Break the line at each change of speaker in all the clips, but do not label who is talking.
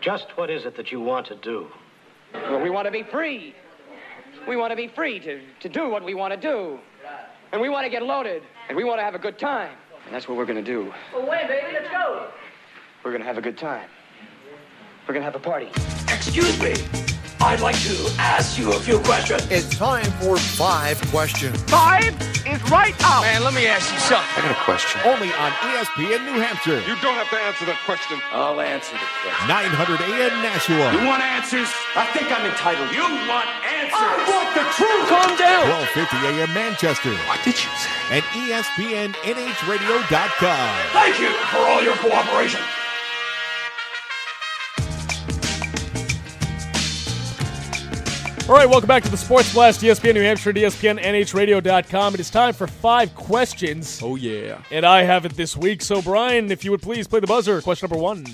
Just what is it that you want to do?
Well, we want to be free. We want to be free to, to do what we want to do. And we want to get loaded. And we want to have a good time. And that's what we're going to do.
Well, wait, baby, let's go.
We're going to have a good time. We're going to have a party.
Excuse me. I'd like to ask you a few questions.
It's time for five questions.
Five is right up.
Man, let me ask you something.
I got a question.
Only on E ESPN New Hampshire,
You don't have to answer that question.
I'll answer the question.
900 AM Nashua,
want answers? I think I'm entitled. You want answers? I want the truth.
Calm down.
1250 AM Manchester, E
What did you say?
and ESPNNHradio.com.
Thank you for all your cooperation.
All right, welcome back to the Sports Blast, E ESPN New Hampshire, ESPN NHRadio.com. It is time for five questions,
Oh, yeah.
and I have it this week. So, Brian, if you would please play the buzzer. Question number one.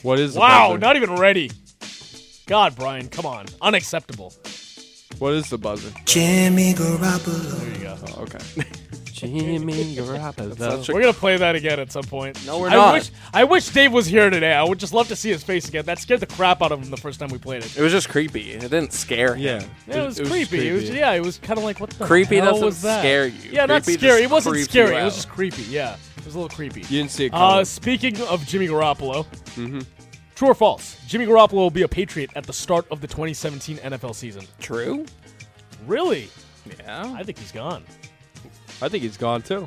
What is the
Wow,
buzzer?
not even ready. God, Brian, come on. Unacceptable.
What is the buzzer?
There you go.
Oh, okay.
Jimmy Garoppolo.
Such a-
We're gonna play that again at some point.
No, we're
I
not.
Wish, I wish Dave was here today. I would just love to see his face again. That scared the crap out of him the first time we played it.
It was just creepy. It didn't scare him.
yeah.
Yeah, it was, creepy. It was, yeah, it was kind of like what the
Creepy
hell
doesn't
was that?
scare you.
Yeah, not
Creepy
scary.
just
It wasn't
creep
scary.
you
It was
out.
just creepy. Yeah, it was a little creepy.
You didn't see it coming.
Uh, speaking of Jimmy Garoppolo,
Mm-hmm.
true or false? Jimmy Garoppolo will be a Patriot at the start of the 2017 NFL season.
True?
Really?
Yeah.
I think he's gone,
I think he's gone too.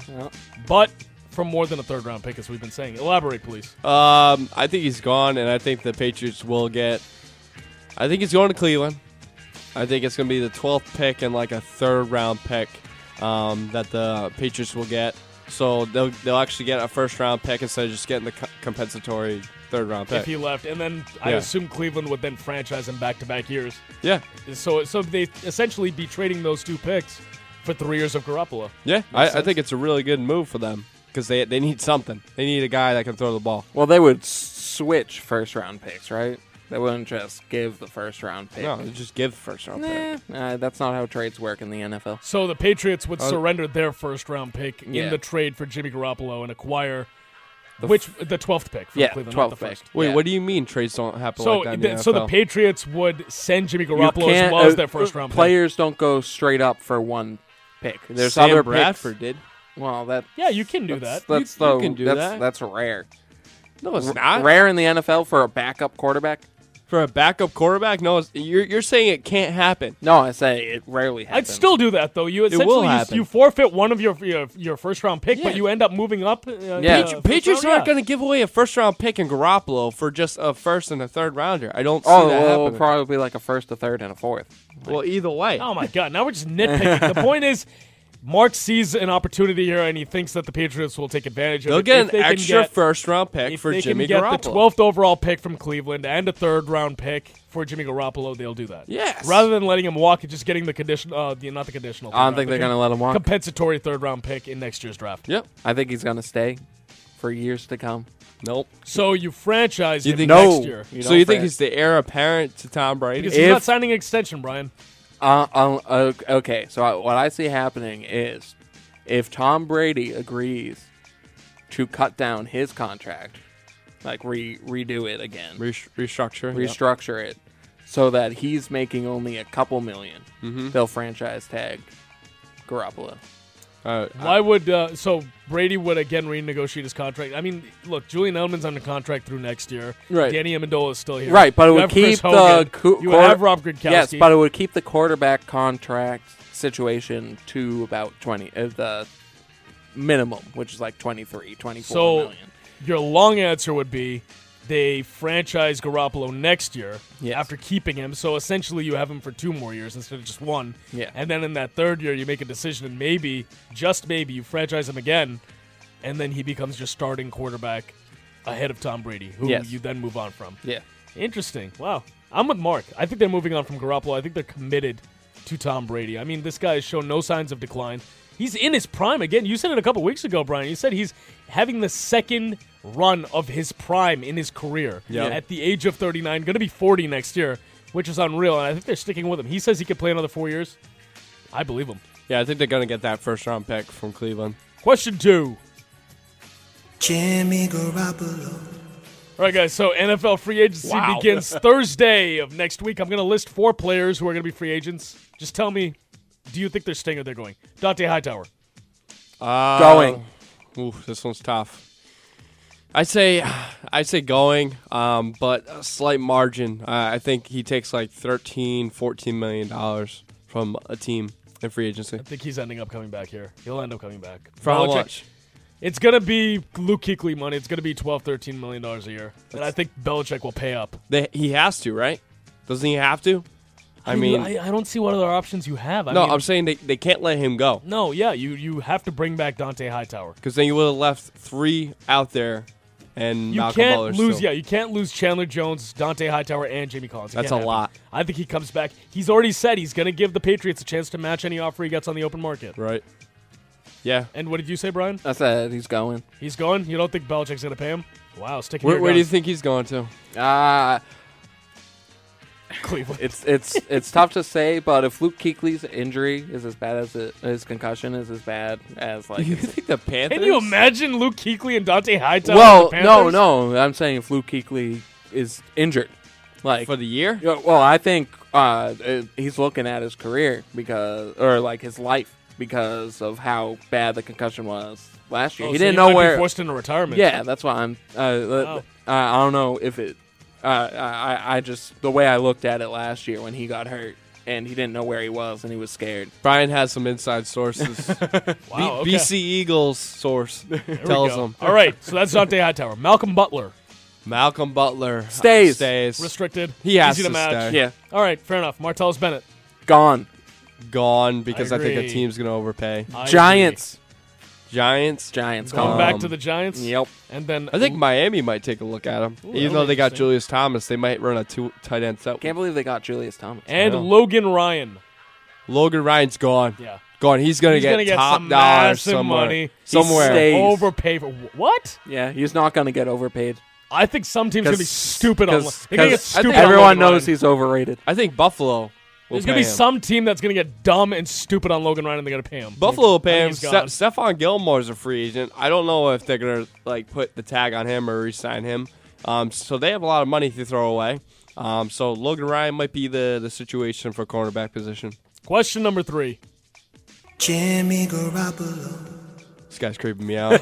but for more than a third round pick, as we've been saying. Elaborate, please.
Um, I think he's gone, and I think the Patriots will get. I think he's going to Cleveland. I think it's going to be the 12th pick and like a third round pick um, that the Patriots will get. So they'll they'll actually get a first round pick instead of just getting the co- compensatory third round
if
pick.
he left, and then I
Yeah.
assume Cleveland would then franchise him back to back years.
yeah,
So, so they essentially be trading those two picks for three years of Garoppolo.
yeah. I, I think it's a really good move for them because they they need something. They need a guy that can throw the ball.
Well, they would s- switch first round picks, right? They wouldn't just give the first round pick.
No, just give first round pick.
Nah, uh, that's not how trades work in the NFL.
So the Patriots would
Uh,
surrender their first round pick in
Yeah.
the trade for Jimmy Garoppolo and acquire
The
which the twelfth pick. From
Yeah,
Cleveland,
12th
not the
pick.
first.
Wait,
Yeah.
what do you mean trades don't happen
So,
like that? in
the, so the
NFL?
Patriots would send Jimmy Garoppolo as
can't-
well as
uh,
their first round pick.
Players don't go straight up for one pick. There's
Sam
other
Bradford did.
Picks. Well, that
Yeah, you can do
that's,
that.
That's
You-
the,
you can do
that's,
that.
That's rare.
No, it's
R-
not.
rare in the NFL for a backup quarterback.
For a backup quarterback? No, it's- you're, you're saying it can't happen.
No, I say it rarely
I'd
happens.
still do that though. You
will
essentially you-
happen.
you, forfeit one of your your, your first round pick,
Yeah.
but you end up moving up. Uh,
Yeah.
uh,
Patri-
first
Patriots are
round,
not going to give away a first round pick in Garoppolo for just a first and a third rounder. I don't see
Oh,
that
well, it'll
happening.
probably be like a first, a third, and a fourth.
well, either way.
yeah. Oh my god! Now we're just nitpicking. the point is. Mark sees an opportunity here, and he thinks that the Patriots will take advantage of
They'll
it.
get
If
an
they can
extra
get-
first round pick
if
for
they
Jimmy
can get
Garoppolo.
the 12th overall pick from Cleveland and a third round pick for Jimmy Garoppolo, they'll do that.
Yes.
Rather than letting him walk and just getting the condition, uh, the, not the conditional.
I don't think they're going to let him walk.
compensatory third round pick in next year's draft.
yep.
I think he's going to stay for years to come.
Nope.
So you franchise him
no.
next year
You
so
don't
you think
fret.
he's the heir apparent to Tom Brady?
because he's not
If-
signing an extension, Brian.
Uh, um, o- okay, so I, what I see happening is if Tom Brady agrees to cut down his contract, like re- redo it again,
Re- restructure. yeah.
restructure it so that he's making only a couple 1000000
Mm-hmm.
they they'll franchise tag Garoppolo.
Uh,
Why would uh, so Brady would again renegotiate his contract? I mean, look, Julian Edelman's under contract through next year.
Right.
Danny Amendola is still here.
Right, but it
You
would
have Chris
keep
Hogan.
the co-
you
quarter-
have Rob Gronkowski.
Yes, but it would keep the quarterback contract situation to about 20 uh, the minimum, which is like 23, 24
So-
million.
Your long answer would be they franchise Garoppolo next year
Yes.
after keeping him. So essentially, you have him for two more years instead of just one.
Yeah.
And then in that third year, you make a decision, and maybe, just maybe, you franchise him again, and then he becomes your starting quarterback ahead of Tom Brady, who
Yes.
you then move on from.
Yeah.
Interesting. Wow. I'm with Mark. I think they're moving on from Garoppolo. I think they're committed to Tom Brady. I mean, this guy has shown no signs of decline. He's in his prime again. You said it a couple weeks ago, Brian. You said he's having the second run of his prime in his career
Yeah.
at the age of 39, going to be 40 next year, which is unreal. And I think they're sticking with him. He says he could play another four years. I believe him.
yeah, I think they're going to get that first round pick from Cleveland.
Question two. All right, guys. So NFL free agency
Wow.
begins Thursday of next week. I'm going to list four players who are going to be free agents. Just tell me, do you think they're staying or they're going? Dante Hightower.
Uh,
Going.
Ooh, this one's tough. I say, I say going, um, but a slight margin. Uh, I I think he takes like 13, 14 million dollars from a team in free agency.
I think he's ending up coming back here. He'll end up coming back.
For how
Belichick-
much?
It's going to be Luke Kuechly money. It's going to be 12, 13 million dollars a year. And I think Belichick will pay up.
They, he has to, right? Doesn't he have to? I mean,
I, I don't see what other options you have. I
no,
mean,
I'm saying they, they can't let him go
no, yeah, you you have to bring back Dante Hightower.
because then you would have left three out there, and
You
Malcolm
can't
Butler's
lose.
still.
Yeah, you can't lose Chandler Jones, Dante Hightower, and Jamie Collins. It
That's
can't happen.
a lot.
I think he comes back. He's already said he's going to give the Patriots a chance to match any offer he gets on the open market.
Right. Yeah.
And what did you say, Brian?
I said he's going.
He's going. You don't think Belichick's going to pay him? Wow, sticking
Where,
your
where do you
guns.
think he's going to?
Ah,
Cleveland.
it's it's it's tough to say, but if Luke Kuechly's injury is as bad as it, his concussion is as bad as like
You
his-
think the Panthers?
Can you imagine Luke Kuechly and Dante Hightower?
well,
with the
no,
Panthers?
no, I'm saying if Luke Kuechly is injured, like
for the year?
Yeah, well, I think uh, it, he's looking at his career because, or like his life because of how bad the concussion was last
Oh,
year.
so
he didn't
might
know
be
where.
forced into retirement.
Yeah, that's why I'm. Uh,
Oh.
uh, I don't know if it. Uh, I, I- I just the way I looked at it last year when he got hurt and he didn't know where he was and he was scared.
Brian has some inside sources.
Wow. okay.
B- BC Eagles source
There we
tells
go.
him.
All right, so that's Dante Hightower. Malcolm Butler
Malcolm Butler
Stays.
stays
restricted.
He has
Easy to,
to
match.
stay.
Yeah,
All right, fair enough. Martellus Bennett.
gone.
gone because I, think a
agree.
team's gonna overpay.
I agree.
Giants,
Giants.
Giants
Going
gone.
back to the Giants.
Yep.
And then
Um, I think Miami might take a look at him,
Ooh, that'll
even though
be
they got
interesting.
Julius Thomas. They might run a two tight end set.
Can't believe they got Julius Thomas.
and
Yeah.
Logan Ryan.
Logan Ryan's gone.
Yeah.
Gone. He's gonna
He's
get
gonna get
top
some
dollar
massive
somewhere.
money.
Somewhere.
stays.
Overpay for what?
Yeah, he's not going to get overpaid.
I think some teams are gonna be
'Cause-
stupid on.
Cause,
They're gonna get
'cause
stupid. on
everyone
Logan
knows
Ryan.
he's overrated.
I think Buffalo. Will
There's
pay
gonna be
him.
some team that's gonna get dumb and stupid on Logan Ryan, and they're gonna pay him.
Buffalo will pay
I
him.
think he's gone.
Ste- Stephon Gilmore's a free agent. I don't know if they're gonna like put the tag on him or re-sign him. Um, so they have a lot of money to throw away. Um, so Logan Ryan might be the the situation for cornerback position.
Question number three.
This guy's creeping me out.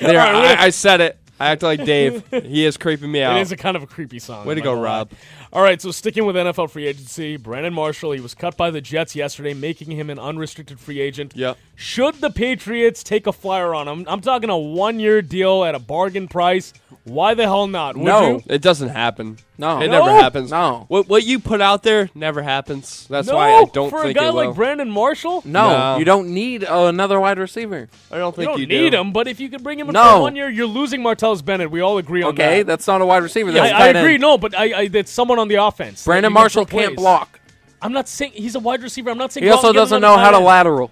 there, I, I said it. I act like Dave. He is creeping me
It
out.
is a kind of a creepy song.
Oh. Way
I'm not
to go,
gonna lie.
Rob.
All right, so sticking with NFL free agency, Brandon Marshall, he was cut by the Jets yesterday, making him an unrestricted free agent.
Yep.
Should the Patriots take a flyer on him? I'm talking a one year deal at a bargain price. Why the hell not? Would
No.
you?
It doesn't happen.
No.
it
No?
never happens.
No.
what what you put out there never happens. That's
no,
why I don't
for
think
a guy
it will.
like Brandon Marshall.
No,
No.
you don't need uh, another wide receiver.
I don't
You
think
don't
you,
need
do.
him, but if you could bring him in
No.
for one year, you're losing Martellus Bennett. We all agree on
Okay,
that.
that's not a wide receiver.
I,
That's
I
tight end.
agree. No, but I, I that's someone on the offense.
Brandon
You got
Marshall
replaced.
can't block.
I'm not saying he's a wide receiver. I'm not saying
He
go out
also
and get
doesn't
another
know how
tight
to
end.
lateral.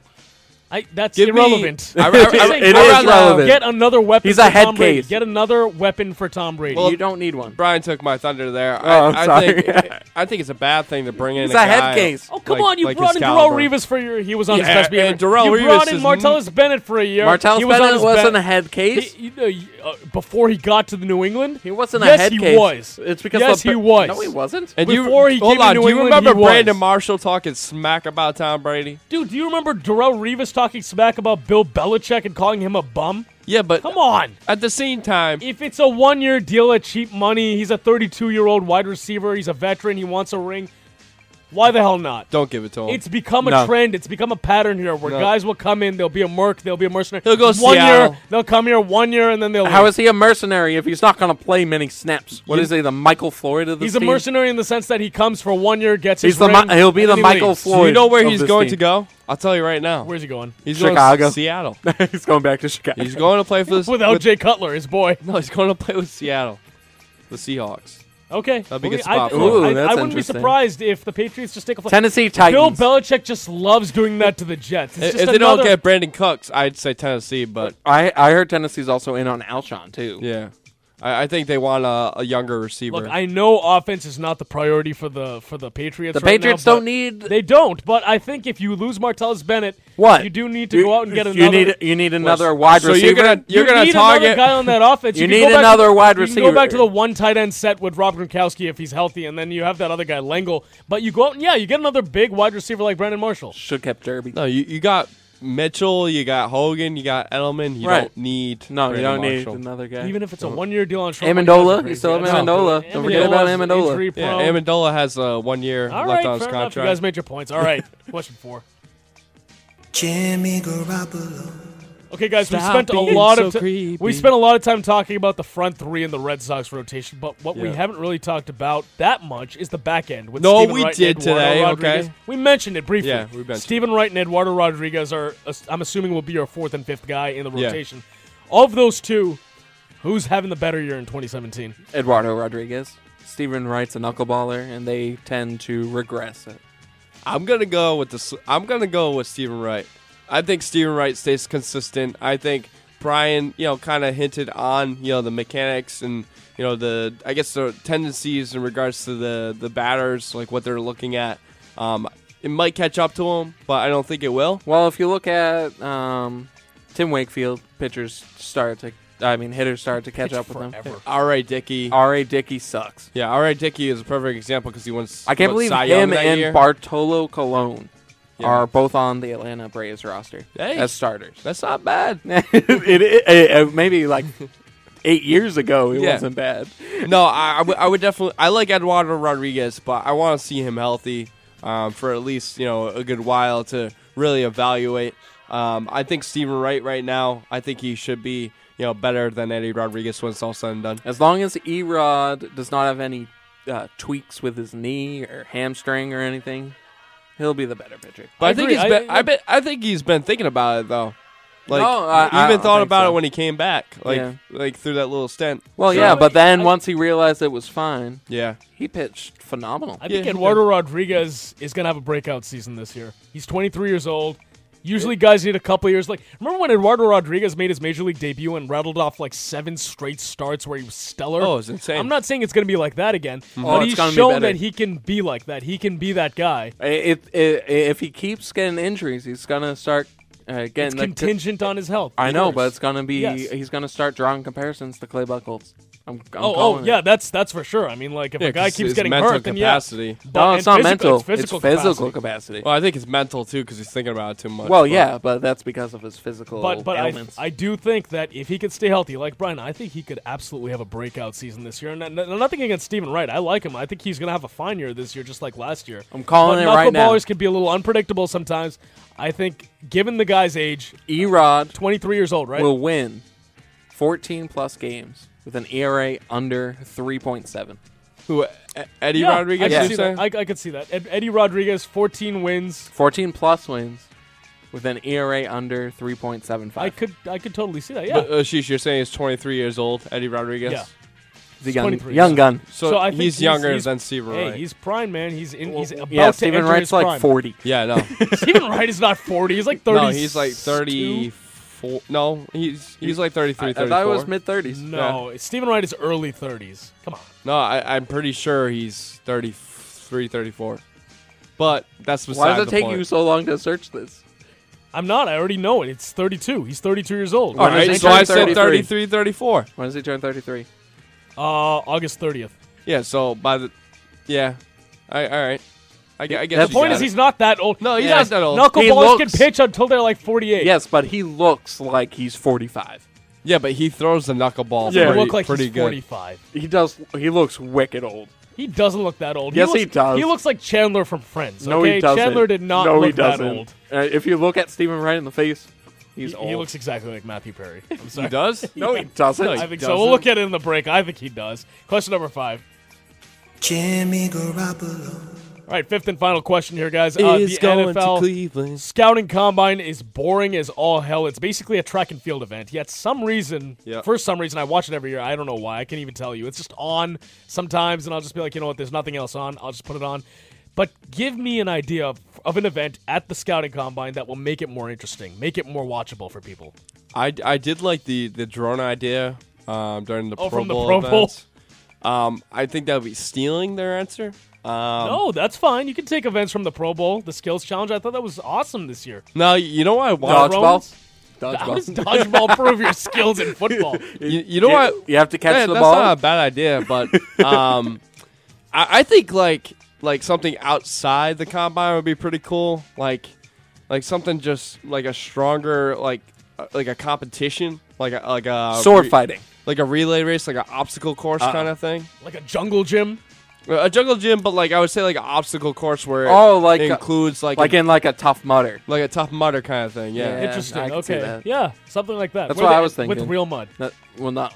I, that's
Give me-
irrelevant.
I- I-
I'm just
I-
saying,
it
I'd
is
rather
relevant.
Get another weapon.
He's
for
a head
Tom Brady.
case.
Get another weapon for Tom Brady.
you don't need one.
Brian took my thunder there.
Oh, I'm
I, I
sorry.
think I think it's a bad thing to bring in.
He's
a
a head
guy
case.
oh come
like-
on! You
like
brought
his
in Darrell
caliber.
Reeves for your. He was on his
Yeah,
best behavior.
and Darrell
you
Reeves
brought in
is-
Martellus Bennett for a year.
Martellus
he was on
Bennett
his
wasn't
be-
a head case.
He, you know, you- uh, before he got to the New England,
He wasn't
yes,
a head
he
case.
was.
It's because
yes,
the-
he was.
No, he wasn't.
And
Before
you,
he
hold
came to
on,
New
do you
England,
remember
he was.
Brandon Marshall talking smack about Tom Brady?
Dude, do you remember Darrell Reeves talking smack about Bill Belichick and calling him a bum?
Yeah, but
Come on.
at the same time,
If it's a one year deal at cheap money, he's a 32 year old wide receiver, he's a veteran, he wants a ring. Why the hell not?
don't give it to him.
It's become a
No.
trend. It's become a pattern here where
No.
guys will come in, they'll be a merc, they'll be a mercenary.
He'll go
one
Seattle.
year, they'll come here one year, and then they'll.
How
leave.
is he a mercenary if he's not going to play many snaps? What
You-
is he, the Michael Floyd of the
he's a mercenary in the sense that he comes for one year, gets
He's
his
the
ring.
Mi- he'll be
and
the
then he
Michael
leaves.
Floyd.
Do you know where
of
he's
this
going to
team.
go? I'll tell you right now.
Where's he going?
He's going
Chicago.
to Seattle.
he's going back to Chicago.
He's going to play for this
Without
with-
Jay Cutler, his boy.
No, he's going to play with Seattle, the Seahawks.
Okay,
That'd be
Well,
a good
I-
spot
I,
for him.
Ooh,
I- I
that's
wouldn't be
interesting.
surprised if the Patriots just take a. fl-
Tennessee
Bill
Titans.
Belichick just loves doing that to the Jets. It's
If
just
they don't
another-
get Brandon Cooks, I'd say Tennessee, but
I I heard Tennessee's also in on Alshon too.
yeah. I, I think they want a, a younger receiver.
Look, I know offense is not the priority for the for the Patriots.
The
right now,
Patriots
but
don't need-
They don't. But I think if you lose Martellus Bennett,
What
you do need to
You-
go out and get another.
You need you need another wide
so
receiver.
you're gonna you're
you
gonna
need another
target
guy on that offense.
You
can
need
go back to-
another wide
You can go back
receiver.
to the one tight end set with Rob Gronkowski if he's healthy, and then you have that other guy Lengel. But you go out and yeah, you get another big wide receiver like Brandon Marshall.
should kept Derby.
No, you, you got Mitchell, you got Hogan, you got Edelman. You
Right.
don't need
No, you
Brandon
don't need
Marshall.
another guy.
Even if it's a one year deal on Sean
Amendola, you still have
That's
Amendola.
crazy.
Don't forget about
Amendola's
Amendola.
injury
Yeah,
prone.
Amendola has uh, one year
All
left
right,
on his
fair enough.
contract.
You guys made your points. All right, question four.
Jimmy Garoppolo.
Okay, guys, we
Stop
spent a
being
lot
so
of ti-
creepy.
we spent a lot of time talking about the front three in the Red Sox rotation, but what we
Yeah.
haven't really talked about that much is the back end. With
No,
Steven
we
Wright and
did
Eduardo
today,
Rodriguez.
okay?
we mentioned it briefly.
Yeah, we mentioned it.
Steven Wright and Eduardo Rodriguez are, uh, I'm assuming, will be our fourth and fifth guy in the
Yeah.
rotation. Of those two, who's having the better year in 2017?
Eduardo Rodriguez. Steven Wright's a knuckleballer, and they tend to regress. It.
I'm gonna go with this. I'm gonna go with Stephen Wright. I think Stephen Wright stays consistent. I think Brian, you know, kind of hinted on you know the mechanics and you know the I guess the tendencies in regards to the the batters, like what they're looking at. Um, it might catch up to him, but I don't think it will.
Well, if you look at um, Tim Wakefield, pitchers start to, I mean, hitters start to catch up with him.
forever.
All right, Dickey.
R.A. Dickey sucks.
Yeah, all right, Dickey is a perfect example because he wants.
I can't
what,
believe
Cy Young
him
that
and
year?
Bartolo Colon
Yeah.
are both on the Atlanta Braves roster
Hey.
as starters.
That's not bad.
it, it- it- uh, maybe like eight years ago, it
Yeah.
wasn't bad.
no, I, I, would, I would definitely. I like Eduardo Rodriguez, but I want to see him healthy um, for at least you know a good while to really evaluate. Um, I think Steven Wright right now. I think he should be you know better than Eddie Rodriguez when it's all said and done.
As long as Erod does not have any uh, tweaks with his knee or hamstring or anything, he'll be the better pitcher.
But I,
I
think
agree.
he's
I-
been, I, bet I think he's been thinking about it though. Like
No, I-
he
I
even
don't
thought
think
about
so.
it when he came back, like
Yeah.
like through that little stint.
Well,
So-
yeah, but then
I-
once he realized it was fine,
Yeah,
he pitched phenomenal.
I think
Yeah.
Eduardo Rodriguez is going to have a breakout season this year. He's 23 years old. Usually, guys need a couple years. Like, remember when Eduardo Rodriguez made his major league debut and rattled off like seven straight starts where he was stellar?
Oh, it was insane.
I'm not saying it's going to be like that again,
Oh,
but
it's
he's
gonna be
shown
better.
that he can be like that. He can be that guy.
I- If if, if he keeps getting injuries, he's gonna start uh, getting
It's
the-
contingent on his health.
I
of
know,
course.
but it's gonna be
Yes.
he's gonna start drawing comparisons to Clay Buckles. I'm, I'm
Oh, oh
calling it.
yeah, that's that's for sure. I mean, like if
Yeah,
a guy
'cause
keeps
his
getting
mental
hurt, then yeah.
capacity.
But-
No,
and
it's not
physical-
mental.
It's physical, capacity.
capacity.
Well, I think it's mental too because he's thinking about it too much.
Well, yeah, but that's because of his physical
But but I,
ailments.
I do think that if he could stay healthy, like Brian, I think he could absolutely have a breakout season this year. And n- n- nothing against Steven Wright, I like him. I think he's gonna have a fine year this year, just like last year.
I'm calling
but
it right now.
Knuckleballers can be a little unpredictable sometimes. I think, given the guy's age,
Erod
23 years old, right?
will win 14 plus games with an ERA under 3.7.
who E- Eddie
yeah, I
Rodriguez? you
could see
say?
that. I, I could see that. Ed- Eddie Rodriguez, 14 wins.
14 plus wins with an ERA under 3.75.
I could I could totally see that. Yeah.
But, uh, Sheesh, you're saying he's 23 years old, Eddie Rodriguez.
Yeah.
He's a young,
23.
young gun.
So,
I think
he's, younger
he's-
than Steven
Hey,
Wright.
he's prime, man. He's in. He's about
Yeah,
to
Steven
enter
Wright's
his
like
prime.
40.
yeah, no,
Steven Wright is not 40. He's like 30.
no, he's like 34. No, he's he's like 33,
I,
34.
thought it was mid 30s.
No, Stephen Wright is early 30s. Come on.
no, I, I'm pretty sure he's 33, 34. But that's beside
Why does it
the
take
point.
you so long to search this?
I'm not. I already know it. It's 32. He's 32 years old.
All
When does
right,
he
so
turn
I said
33?
33, 34.
When does he turn 33?
Uh, August 30th.
Yeah, so by the, yeah, I, all right. I, gu- I guess
The
you
Point
got
is,
it.
he's not that old.
No, he's
Yeah.
not that old.
He
Knuckleballers can
looks-
pitch until they're like 48.
Yes, but he looks like he's 45.
Yeah, but he throws the knuckleball.
Doesn't
pretty,
look like
pretty
he's
good.
45.
He does. He looks wicked old.
He doesn't look that old.
Yes,
looks,
he does.
He looks like Chandler from Friends.
No,
okay?
he doesn't.
Chandler did not
no,
look
he doesn't.
that old.
Uh, if you look at Stephen Wright in the face, he's
He,
old.
he looks exactly like Matthew Perry. I'm sorry.
He does?
no, he doesn't.
I think so. We'll look at it in the break. I think he does. Question number five.
Jimmy Garoppolo.
All right, fifth and final question here, guys. Uh, the NFL
Cleveland.
Scouting combine is boring as all hell. It's basically a track and field event. Yet some reason,
Yeah.
for some reason, I watch it every year. I don't know why. I can't even tell you. It's just on sometimes, and I'll just be like, you know what? There's nothing else on. I'll just put it on. But give me an idea of, of an event at the scouting combine that will make it more interesting, make it more watchable for people.
I, I did like the, the drone idea um, during the
Oh,
Pro
from the
Bowl
Pro Bowl.
events. Um, I think that would be stealing their answer. Um,
No, Oh, that's fine. You can take events from the Pro Bowl, the Skills Challenge. I thought that was awesome this year.
No, you know why I want.
Dodgeball.
Romans? How does
Dodgeball.
dodgeball prove your skills in football?
You, you know what?
You have to catch
Yeah,
the
that's
ball.
not a bad idea, but um, I, I think like like something outside the combine would be pretty cool. Like like something just like a stronger like uh, like a competition, like a, like a
Sword
re-
fighting.
like a relay race, like an obstacle course kind of thing.
Like a jungle gym?
A jungle gym, but like I would say like an obstacle course where it
Oh, like a-
includes like
Like
a,
in like a tough mutter.
like a tough mudder kind of thing. Yeah.
Yeah.
Interesting.
I can see
okay.
that.
Yeah, something like that.
That's
With-
what I was thinking.
With real mud.
That- well, no.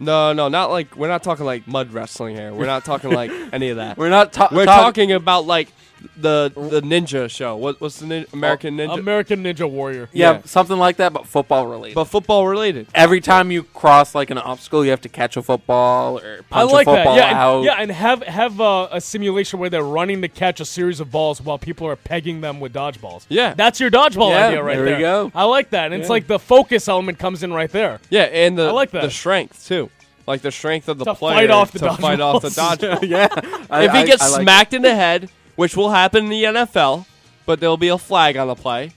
No, no, not like we're not talking like mud wrestling here. We're not talking like any of that.
We're not ta-
We're
ta-
talking about like the the ninja show. What what's the nin- American ninja?
Oh, American Ninja Warrior.
Yeah,
yeah.
something like that, but football related.
but football related.
Every time you cross like an obstacle, you have to catch a football or
I
punch
like
a
that.
football
Yeah, and-
out.
yeah, and have have uh, a simulation where they're running to catch a series of balls while people are pegging them with dodgeballs.
Yeah.
that's your dodgeball
Yeah,
idea right
there
there.
we go.
I like that, and it's like the focus element comes in right there.
Yeah, and the
I like that.
the strength too. Like the strength of the
To
player
fight off the
to fight off the
dodgeballs.
dodge.
yeah. I-
if he
I-
gets
I like
smacked in the head, which will happen in the NFL, but there'll be a flag on the play.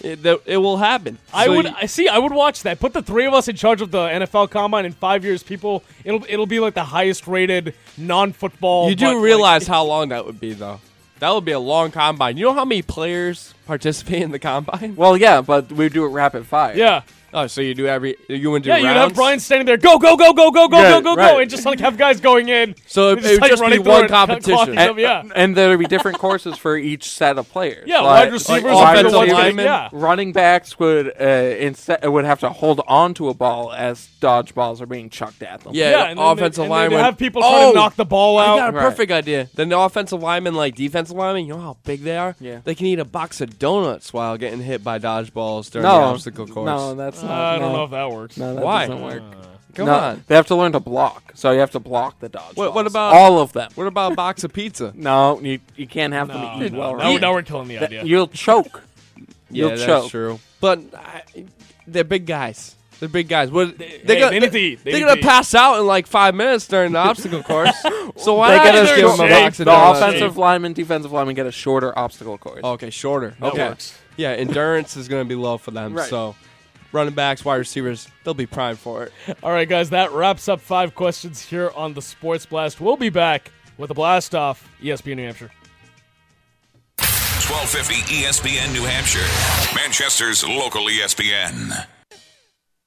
It, that- it will happen.
I
So
would
you-
I see. I would watch that. Put the three of us in charge of the NFL Combine in five years. People, it'll it'll be like the highest rated non football.
You do realize how long that would be, though. That would be a long combine. You know how many players participate in the combine?
Well, yeah, but we do it rapid fire.
yeah.
Oh, so you do every you would do
Yeah,
rounds?
you'd have Brian standing there, go, go, go, go, go, go,
Yeah,
go, go, go,
right.
and just like have guys going in.
So
and
it- it would just be
running through
one
it, clock
competition.
and stuff,
And,
yeah,
and there'd be different courses for each set of players.
yeah,
Like-
wide
like
receivers, would be the
offensive
ones getting-
linemen.
yeah.
Running backs would uh, instead would have to hold on to a ball as dodgeballs are being chucked at them.
Yeah,
Yeah,
the
and then they-
offensive
and then
lineman. Oh,
they have people try to knock the ball
I
out.
got a
Right.
perfect idea. Then the offensive lineman, like defensive lineman, you know how big they are.
Yeah.
they can eat a box of donuts while getting hit by dodgeballs during
no
the obstacle course.
No, that's not.
Uh, I
no,
don't know if that works.
No, that
Why?
doesn't work.
Uh, Come
No,
on.
they have to learn to block. So you have to block the dodgeballs.
What- what about-
all of them?
What about a box of pizza?
No, you you can't have
No,
them eat
no,
well.
now,
right?
now we're killing the
That-
idea.
You'll choke.
yeah,
You'll
that's
choke.
true. But I, they're big guys. They're big guys. What they,
hey,
gonna,
they need to eat. They
are
need
gonna
to eat.
pass out in like five minutes during the obstacle course. So why
They
not
get a
just give them a
short-
box of
The
donuts?
offensive lineman, defensive lineman get a shorter obstacle course.
Okay, shorter.
That
okay.
works.
Yeah, endurance is going to be low for them.
Right.
So, running backs, wide receivers, they'll be primed for it.
All right, guys, that wraps up five questions here on the Sports Blast. We'll be back with a blast off E ESPN New Hampshire.
E
1250 ESPN New Hampshire, Manchester's local ESPN.